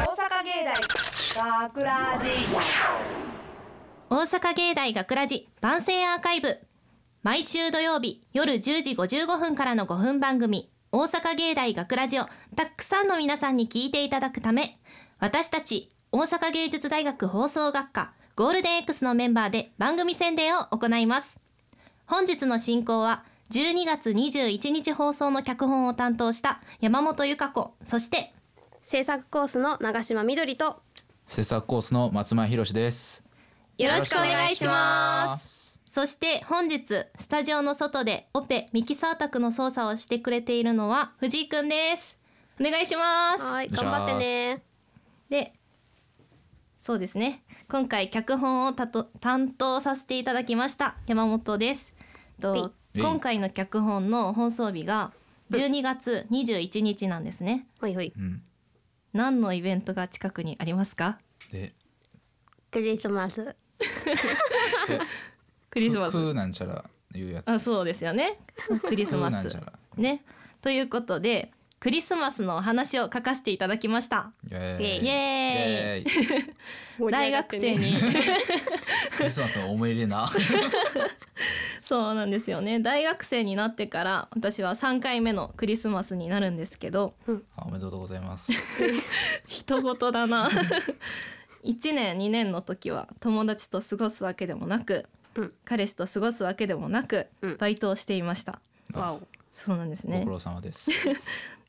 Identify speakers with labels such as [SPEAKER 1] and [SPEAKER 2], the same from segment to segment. [SPEAKER 1] 芸大学ラジ
[SPEAKER 2] 大阪芸大学ラジ番宣アーカイブ毎週土曜日夜10時55分からの5分番組大阪芸大学ラジをたくさんの皆さんに聞いていただくため私たち大阪芸術大学放送学科ゴールデン X のメンバーで番組宣伝を行います本日の進行は12月21日放送の脚本を担当した山本由香子そして
[SPEAKER 3] 制作コースの長島みどりと
[SPEAKER 4] 制作コースの松前博です。
[SPEAKER 2] よろしくお願いします
[SPEAKER 4] す。
[SPEAKER 2] そして本日スタジオの外でオペミキサー宅の操作をしてくれているのは藤井くんですお願いします
[SPEAKER 3] はい
[SPEAKER 4] お願いします
[SPEAKER 3] 頑張ってね
[SPEAKER 2] でそうですね今回脚本をたと担当させていただきました山本ですと
[SPEAKER 4] はい
[SPEAKER 2] 今回の脚本の放送日が12月21日なんですね
[SPEAKER 3] ほいほい
[SPEAKER 4] うん。
[SPEAKER 2] 何のイベントが近くにありますか
[SPEAKER 4] で、
[SPEAKER 3] クリスマス
[SPEAKER 2] クリスマス
[SPEAKER 4] クーなんちゃらいうやつ。
[SPEAKER 2] あそうですよねクリスマ
[SPEAKER 4] クーなん
[SPEAKER 2] ス
[SPEAKER 4] ちゃら。
[SPEAKER 2] ねということでクリスマスのお話を書かせていただきました
[SPEAKER 4] イエーイ。
[SPEAKER 2] イエ
[SPEAKER 4] イエーイ。
[SPEAKER 2] 大学生に
[SPEAKER 4] クリスマスの思い入れな。
[SPEAKER 2] そうなんですよね大学生になってから私は3回目のクリスマスになるんですけど
[SPEAKER 4] あおめでとうございます。
[SPEAKER 2] 人事だ な1年2年の時は友達と過ごすわけでもなく、
[SPEAKER 3] うん
[SPEAKER 2] 彼氏と過ごすわけでもなく、
[SPEAKER 3] うん
[SPEAKER 2] バイトをしていました
[SPEAKER 3] わお
[SPEAKER 2] そうなんです
[SPEAKER 4] ご
[SPEAKER 2] ね
[SPEAKER 4] 苦労様 です。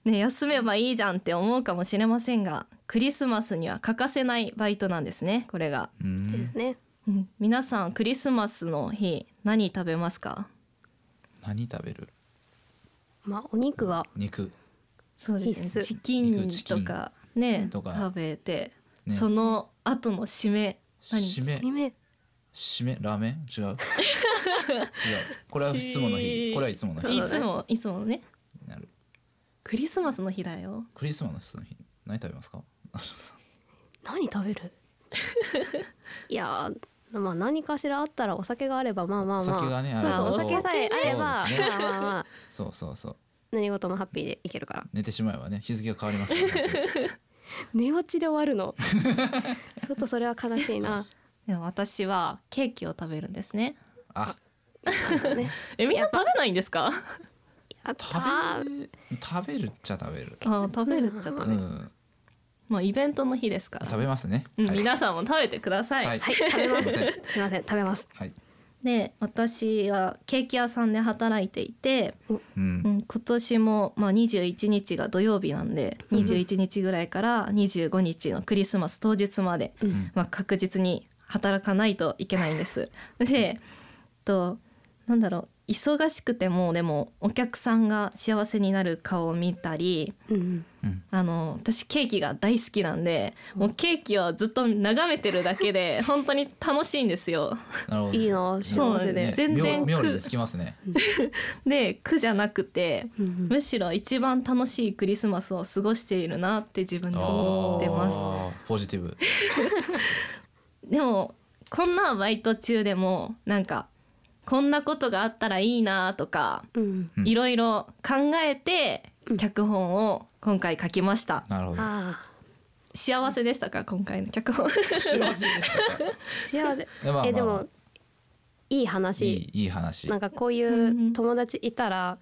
[SPEAKER 2] ね休めばいいじゃんって思うかもしれませんがクリスマスには欠かせないバイトなんですねこれが、
[SPEAKER 4] う
[SPEAKER 3] で
[SPEAKER 4] ん
[SPEAKER 3] す。ね
[SPEAKER 2] うん皆さんクリスマスの日何食べますか
[SPEAKER 4] 何食べる？
[SPEAKER 3] まあお肉は
[SPEAKER 4] 肉。
[SPEAKER 2] そう
[SPEAKER 3] ですね必須
[SPEAKER 2] チキン
[SPEAKER 4] 肉チキ
[SPEAKER 2] と
[SPEAKER 4] ン
[SPEAKER 2] かね
[SPEAKER 4] とか
[SPEAKER 2] 食べて、
[SPEAKER 4] ね
[SPEAKER 2] その後の締め何
[SPEAKER 4] 締め。
[SPEAKER 3] 姫
[SPEAKER 4] 締めラーメン？ 違う。違う。これはいつもの日。これはいつもの日
[SPEAKER 2] い
[SPEAKER 4] に
[SPEAKER 2] つもいつもね
[SPEAKER 4] なる。
[SPEAKER 2] クリスマスの日だよ
[SPEAKER 4] クリスマスの日何食べますか？ あそう
[SPEAKER 3] 何食べる いやーまあ何かしらあったらお酒があればまあまあまあ
[SPEAKER 4] お酒がね
[SPEAKER 3] ま
[SPEAKER 4] あ
[SPEAKER 3] あ
[SPEAKER 2] れば
[SPEAKER 3] お酒さえあればまあ
[SPEAKER 4] そうですね
[SPEAKER 3] まあまあ
[SPEAKER 4] そうそうそう。
[SPEAKER 3] 何事もハッピーでいけるから
[SPEAKER 4] 寝てしまえばね日付が変わりますから、ね。
[SPEAKER 3] 寝落ちで終わる のちょっとそれは悲しいな
[SPEAKER 2] でも私はケーキを食べるんですね
[SPEAKER 4] あ
[SPEAKER 3] ね
[SPEAKER 2] えみんな食べないんですか
[SPEAKER 3] やったー
[SPEAKER 4] 食べ食べるっちゃ食べる。
[SPEAKER 2] あ食べるっちゃ
[SPEAKER 4] う
[SPEAKER 2] 食べる、
[SPEAKER 4] ん
[SPEAKER 2] もうイベントの日ですから
[SPEAKER 4] 食べますね。
[SPEAKER 2] うん
[SPEAKER 4] はい
[SPEAKER 2] 皆さんも食べてください、
[SPEAKER 4] はい
[SPEAKER 3] はい食べます
[SPEAKER 4] すいません
[SPEAKER 3] すいません食べます
[SPEAKER 4] はい。
[SPEAKER 2] で私はケーキ屋さんで働いていて、
[SPEAKER 4] う。
[SPEAKER 2] うんん、今年も、まあ、21日が土曜日なんで21日ぐらいから25日のクリスマス当日まで、
[SPEAKER 4] うん
[SPEAKER 2] まあ、確実に働かないといけないん です。でとなんだろう忙しくてもでもお客さんが幸せになる顔を見たり
[SPEAKER 3] うん
[SPEAKER 4] うん。
[SPEAKER 2] あの私ケーキが大好きなんでもうケーキをずっと眺めてるだけで本当に楽しいんですよ。
[SPEAKER 4] なるほど。
[SPEAKER 3] いいな幸せで
[SPEAKER 4] ね
[SPEAKER 2] 全然
[SPEAKER 4] 妙妙利
[SPEAKER 2] く
[SPEAKER 4] につきますね。
[SPEAKER 2] で苦じゃなくて
[SPEAKER 3] うんうん
[SPEAKER 2] むしろ一番楽しいクリスマスを過ごしているなって自分で思ってます
[SPEAKER 4] あーポジティブ。
[SPEAKER 2] でもこんなバイト中でもなんかこんなことがあったらいいなとか
[SPEAKER 3] うん
[SPEAKER 4] うん
[SPEAKER 2] いろいろ考えて
[SPEAKER 3] うん
[SPEAKER 2] 脚本を今回書きました
[SPEAKER 4] なるほど。
[SPEAKER 3] あ
[SPEAKER 2] 幸せでしたか今回の脚 本
[SPEAKER 4] 幸せで した
[SPEAKER 3] あ
[SPEAKER 4] か。
[SPEAKER 3] 幸せ
[SPEAKER 4] えまあ
[SPEAKER 3] えで
[SPEAKER 4] まあ
[SPEAKER 3] もいい
[SPEAKER 4] い
[SPEAKER 3] 話
[SPEAKER 4] いいい話。
[SPEAKER 3] なんかこうい
[SPEAKER 2] んうん
[SPEAKER 3] う友達いたら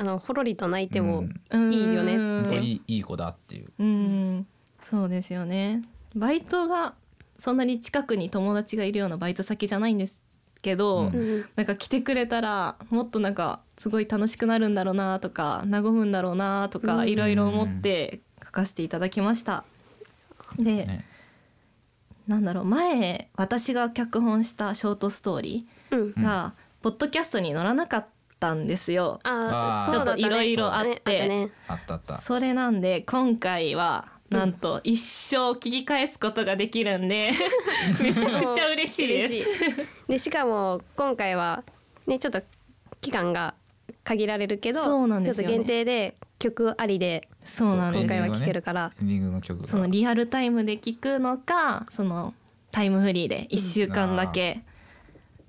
[SPEAKER 3] あのほろりと泣いて
[SPEAKER 4] う
[SPEAKER 3] も
[SPEAKER 4] ん
[SPEAKER 3] いいよね
[SPEAKER 2] う
[SPEAKER 4] 本
[SPEAKER 2] ん
[SPEAKER 3] っ
[SPEAKER 4] 当
[SPEAKER 3] て
[SPEAKER 4] にいいいい子だっていう。
[SPEAKER 2] うんそうですよねバイトがそんなに近くに友達がいるようなバイト先じゃないんですけど、
[SPEAKER 4] うん
[SPEAKER 3] うん
[SPEAKER 2] なんか来てくれたらもっとなんかすごい楽しくなるんだろうなとか和むんだろうなとか
[SPEAKER 3] うん
[SPEAKER 2] いろいろ思って書かせていただきました。で、
[SPEAKER 4] ね。
[SPEAKER 2] なんだろう前私が脚本したショートストーリ
[SPEAKER 3] うん
[SPEAKER 2] ーが、ポッドキャストに載らなかったんですよ。
[SPEAKER 3] ああ
[SPEAKER 4] あー
[SPEAKER 3] そうだ
[SPEAKER 2] ちょっと色々あって
[SPEAKER 3] そうだね
[SPEAKER 4] あったあった。
[SPEAKER 2] それなんで今回はなんと一生聞き返すことができるんで、めちゃくちゃ嬉しいです。
[SPEAKER 3] 嬉しいでしかも今回はねちょっと期間が限られるけど
[SPEAKER 2] そうなんですよね
[SPEAKER 3] ちょっと限定で曲ありで
[SPEAKER 2] そうなん
[SPEAKER 3] 今
[SPEAKER 2] です
[SPEAKER 3] 回は聴けるから、
[SPEAKER 4] エンディングの曲が。
[SPEAKER 2] そのリアルタイムで聞くのかそのタイムフリーで1週間だけ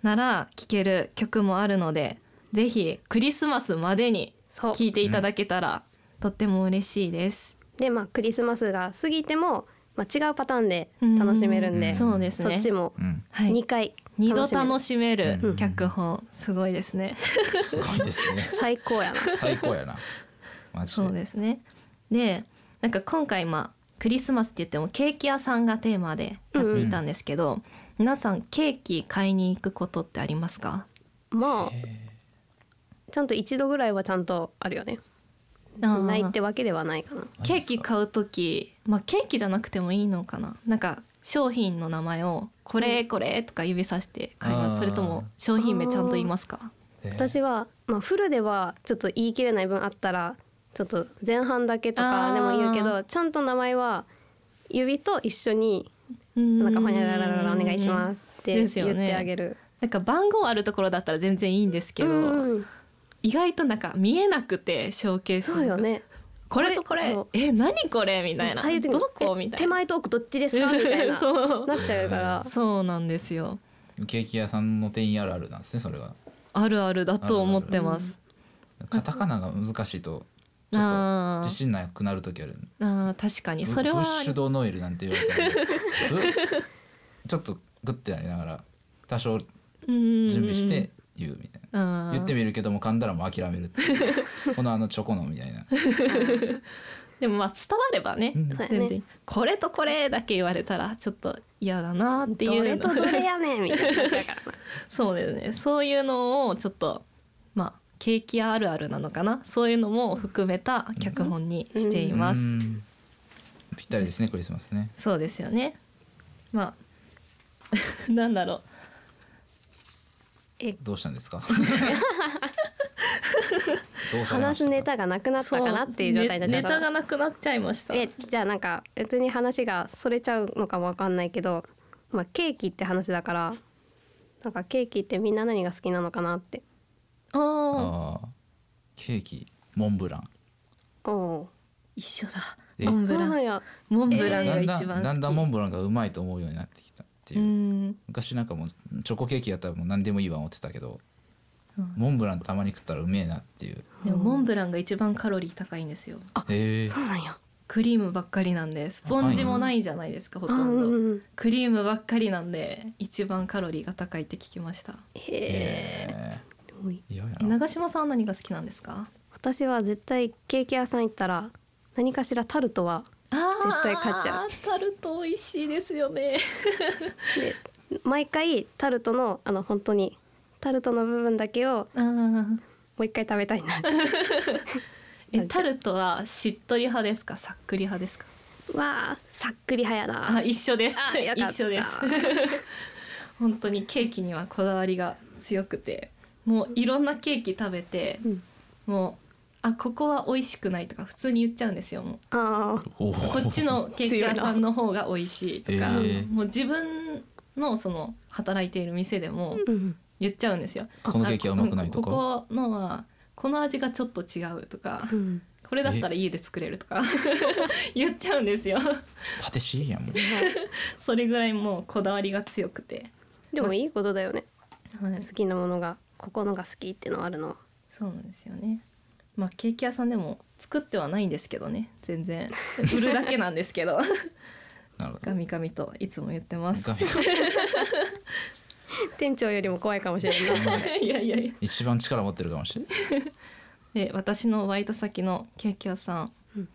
[SPEAKER 2] なら聴ける曲もあるのでぜひクリスマスまでに
[SPEAKER 3] そう
[SPEAKER 2] 聴いていただけたらとっても嬉しいです。
[SPEAKER 3] でまあクリスマスが過ぎてもまあ、違うパターンで楽しめるんで、
[SPEAKER 4] うん
[SPEAKER 2] そうです
[SPEAKER 3] そ
[SPEAKER 2] ね
[SPEAKER 3] っちも
[SPEAKER 4] うん、
[SPEAKER 2] はい
[SPEAKER 3] 2回
[SPEAKER 2] 二度
[SPEAKER 3] 楽しめる
[SPEAKER 2] 楽しめ
[SPEAKER 4] う
[SPEAKER 2] る
[SPEAKER 4] ん
[SPEAKER 2] 脚本すごいですね
[SPEAKER 4] すごいです ね
[SPEAKER 3] 最高やな
[SPEAKER 4] 最高やなマジで
[SPEAKER 2] そうですねでなんか今回まあクリスマスって言ってもケーキ屋さんがテーマでやっていたんですけど、皆さんケーキ買いに行くことってありますか
[SPEAKER 3] まあ
[SPEAKER 4] え
[SPEAKER 3] ちゃんと一度ぐらいはちゃんとあるよねないってわけではないかな
[SPEAKER 4] ー
[SPEAKER 2] ケーキ買う時まあケーキじゃなくてもいいのかななんか商品の名前を「これこれ」とか指さして買います、
[SPEAKER 4] あー
[SPEAKER 2] それとも商品名ちゃんと言いますか
[SPEAKER 4] えー
[SPEAKER 3] 私は、まあ、フルではちょっと言い切れない分あったらちょっと前半だけと
[SPEAKER 2] あー
[SPEAKER 3] かでも言うけどちゃんと名前は指と一緒に「な
[SPEAKER 2] なん
[SPEAKER 3] かほにゃららららお願いします」って
[SPEAKER 2] ですよ
[SPEAKER 3] 言
[SPEAKER 2] ね
[SPEAKER 3] ってあげる。
[SPEAKER 2] なんか番号あるところだったら全然いいんですけど、
[SPEAKER 3] うんうん
[SPEAKER 2] 意外となんか見えなくてショーケース
[SPEAKER 3] そうよね。
[SPEAKER 2] これとこれ
[SPEAKER 3] そう
[SPEAKER 2] え何これみたいな
[SPEAKER 3] 最終的
[SPEAKER 2] ど
[SPEAKER 3] に
[SPEAKER 2] こみ
[SPEAKER 3] え
[SPEAKER 2] たい
[SPEAKER 3] 手
[SPEAKER 2] な
[SPEAKER 3] 前トークどっちですかみたいな
[SPEAKER 2] そう
[SPEAKER 3] なっちゃうから。
[SPEAKER 2] そうなんですよ
[SPEAKER 4] ケーキ屋さんの店員あるあるなんですねそれが
[SPEAKER 2] あるあるだと思ってます
[SPEAKER 4] カタカナが難しいとちょっと
[SPEAKER 2] あ
[SPEAKER 4] 自
[SPEAKER 2] ー
[SPEAKER 4] 信なくなる時ある
[SPEAKER 2] あー確かに
[SPEAKER 4] ブ
[SPEAKER 2] それは
[SPEAKER 4] ブッシュドノエルなんて言われたら ぶちょっとグッてやりながら多少
[SPEAKER 2] 準
[SPEAKER 4] 準備して言うみたいな、
[SPEAKER 2] 言
[SPEAKER 4] 言ってみるけども噛んだらもう諦めるってい うこのあのチョコのみたいな
[SPEAKER 2] でもまあ伝わればね、
[SPEAKER 4] うん
[SPEAKER 3] そうや
[SPEAKER 2] 全
[SPEAKER 3] ね
[SPEAKER 2] 然これとこれだけ言われたらちょっと嫌だなっていう
[SPEAKER 3] ど
[SPEAKER 2] の
[SPEAKER 3] れとどれやねんみたいになっちゃうからな
[SPEAKER 2] そうですねそういうのをちょっとまあケーキ屋あるあるなのかなそういうのも含めた脚本にしています、
[SPEAKER 4] うんぴったりですねクリスマスね
[SPEAKER 2] そうですよねまあ なんだろう
[SPEAKER 4] どうしたんで すかどうされま
[SPEAKER 3] 話
[SPEAKER 4] し
[SPEAKER 3] す
[SPEAKER 4] たか
[SPEAKER 3] ネタがなくなったかなっていう状態になっちゃ
[SPEAKER 2] ネ
[SPEAKER 3] っ
[SPEAKER 2] ネ
[SPEAKER 3] た
[SPEAKER 2] タがなくなっちゃいました
[SPEAKER 3] えじゃあなんか別に話がそれちゃうのかもわかんないけど、まあ、ケーキって話だからなんかケーキってみんな何が好きなのかなって
[SPEAKER 2] ああ
[SPEAKER 4] あーケーキモンブラン
[SPEAKER 3] おお
[SPEAKER 2] 一緒だ
[SPEAKER 4] え
[SPEAKER 2] モンブ
[SPEAKER 3] ー
[SPEAKER 2] ラ
[SPEAKER 3] なん
[SPEAKER 2] ン
[SPEAKER 3] や
[SPEAKER 2] モンブラン
[SPEAKER 4] だ
[SPEAKER 2] が
[SPEAKER 4] ん
[SPEAKER 2] 一
[SPEAKER 4] だ
[SPEAKER 2] 番好
[SPEAKER 4] ん
[SPEAKER 2] き、
[SPEAKER 4] だんだんモンブランがうまいと思うようになってきたっていう、
[SPEAKER 2] うん
[SPEAKER 4] 昔なんかもうチョコケーキやったらもう何でもいいわ思ってたけど、
[SPEAKER 2] うん
[SPEAKER 4] モンブランたまに食ったらうめえなっていう
[SPEAKER 2] でもモンブランが一番カロリー高いんですよ
[SPEAKER 4] へえ
[SPEAKER 3] そうなんや
[SPEAKER 2] クリームばっかりなんでスポンジもないじゃないですかほ
[SPEAKER 3] あ
[SPEAKER 2] と
[SPEAKER 3] ーうん
[SPEAKER 2] ど
[SPEAKER 3] んうん
[SPEAKER 2] クリームばっかりなんで一番カロリーが高いって聞きました
[SPEAKER 3] へえ多い
[SPEAKER 4] 嫌や
[SPEAKER 2] え
[SPEAKER 4] な
[SPEAKER 2] 長島さんは何が好きなんですか
[SPEAKER 3] 私は絶対ケーキ屋さん行ったら何かしらタルトは絶対買っちゃう
[SPEAKER 2] うタルト美味しいですよ ね
[SPEAKER 3] で毎回タルトのあの本当にタルトの部分だけをもう一回食べた いな
[SPEAKER 2] えタルトはしっとり派ですかさっくり派ですか
[SPEAKER 3] わあさっくり早やな
[SPEAKER 2] あ一緒です
[SPEAKER 3] あよかった
[SPEAKER 2] 一緒です 本当にケーキにはこだわりが強くてもういろんなケーキ食べて
[SPEAKER 3] うん
[SPEAKER 2] もうあここは美味しくないとか普通に言っちゃうんですよもう
[SPEAKER 3] あー
[SPEAKER 4] おー
[SPEAKER 2] こっちのケーキ屋さんの方が美味しいとか、
[SPEAKER 4] 強いな
[SPEAKER 2] もう自分のその働いている店でも
[SPEAKER 3] うん
[SPEAKER 2] 言っちゃうんですよ。
[SPEAKER 4] このケーキはうまくないとか
[SPEAKER 2] あここのはこの味がちょっと違うとか、
[SPEAKER 3] うん
[SPEAKER 2] これだったら家で作れると か言っちゃうんですよ。
[SPEAKER 4] パティシエやもん
[SPEAKER 2] それぐらいもうこだわりが強くて、
[SPEAKER 3] でもいいことだよね
[SPEAKER 2] はい、
[SPEAKER 3] 好きなものがここのが好きってのあるの
[SPEAKER 2] そうなんですよね。まあケーキ屋さんでも作ってはないんですけどね、全然売るだけなんですけ ど、
[SPEAKER 4] なるほど
[SPEAKER 2] ガミガミといつも言ってます
[SPEAKER 4] ガ。ミガミ
[SPEAKER 3] 店長よりも怖いかもしれない
[SPEAKER 2] いやいやいや。
[SPEAKER 4] 一番力持ってるか もしれない
[SPEAKER 2] で私のバイト先のケーキ屋さん、
[SPEAKER 3] うん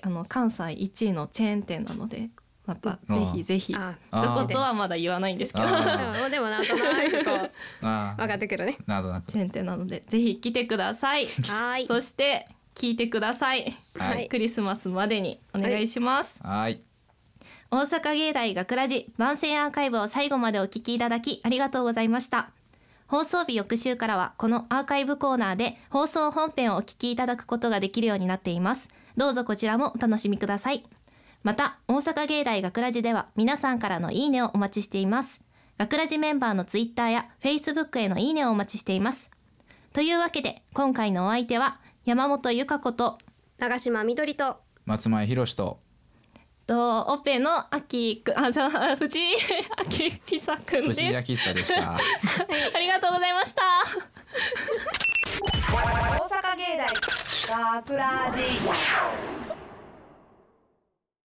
[SPEAKER 2] あの関西1位のチェーン店なのでまた
[SPEAKER 4] う
[SPEAKER 2] ぜ
[SPEAKER 4] ん
[SPEAKER 2] ひぜひど
[SPEAKER 3] あ
[SPEAKER 4] あー
[SPEAKER 2] ことはまだ言わないんですけど
[SPEAKER 4] あ ー
[SPEAKER 3] でもでもなんとなくこう
[SPEAKER 4] あ
[SPEAKER 3] 分かっててくるね
[SPEAKER 4] なんとなく
[SPEAKER 2] チェーン店なのでぜひ来てください
[SPEAKER 3] はーい
[SPEAKER 2] そして聞いてください、
[SPEAKER 4] はい
[SPEAKER 2] クリスマスまでにお願いします、
[SPEAKER 4] はい
[SPEAKER 2] 大阪芸大学ラジ番宣アーカイブを最後までお聞きいただきありがとうございました放送日翌週からはこのアーカイブコーナーで放送本編をお聞きいただくことができるようになっていますどうぞこちらもお楽しみくださいまた大阪芸大学ラジでは皆さんからのいいねをお待ちしています学ラジメンバーのツイッターやフェイスブックへのいいねをお待ちしていますというわけで今回のお相手は山本由香子と
[SPEAKER 3] 長島みどりと
[SPEAKER 4] 松前博と
[SPEAKER 2] とオペのアキくあじゃあ藤井アキ久くんで
[SPEAKER 4] 藤
[SPEAKER 2] す
[SPEAKER 4] 井明久 でした。
[SPEAKER 2] ありがとうございました
[SPEAKER 1] 大阪芸大学ラジ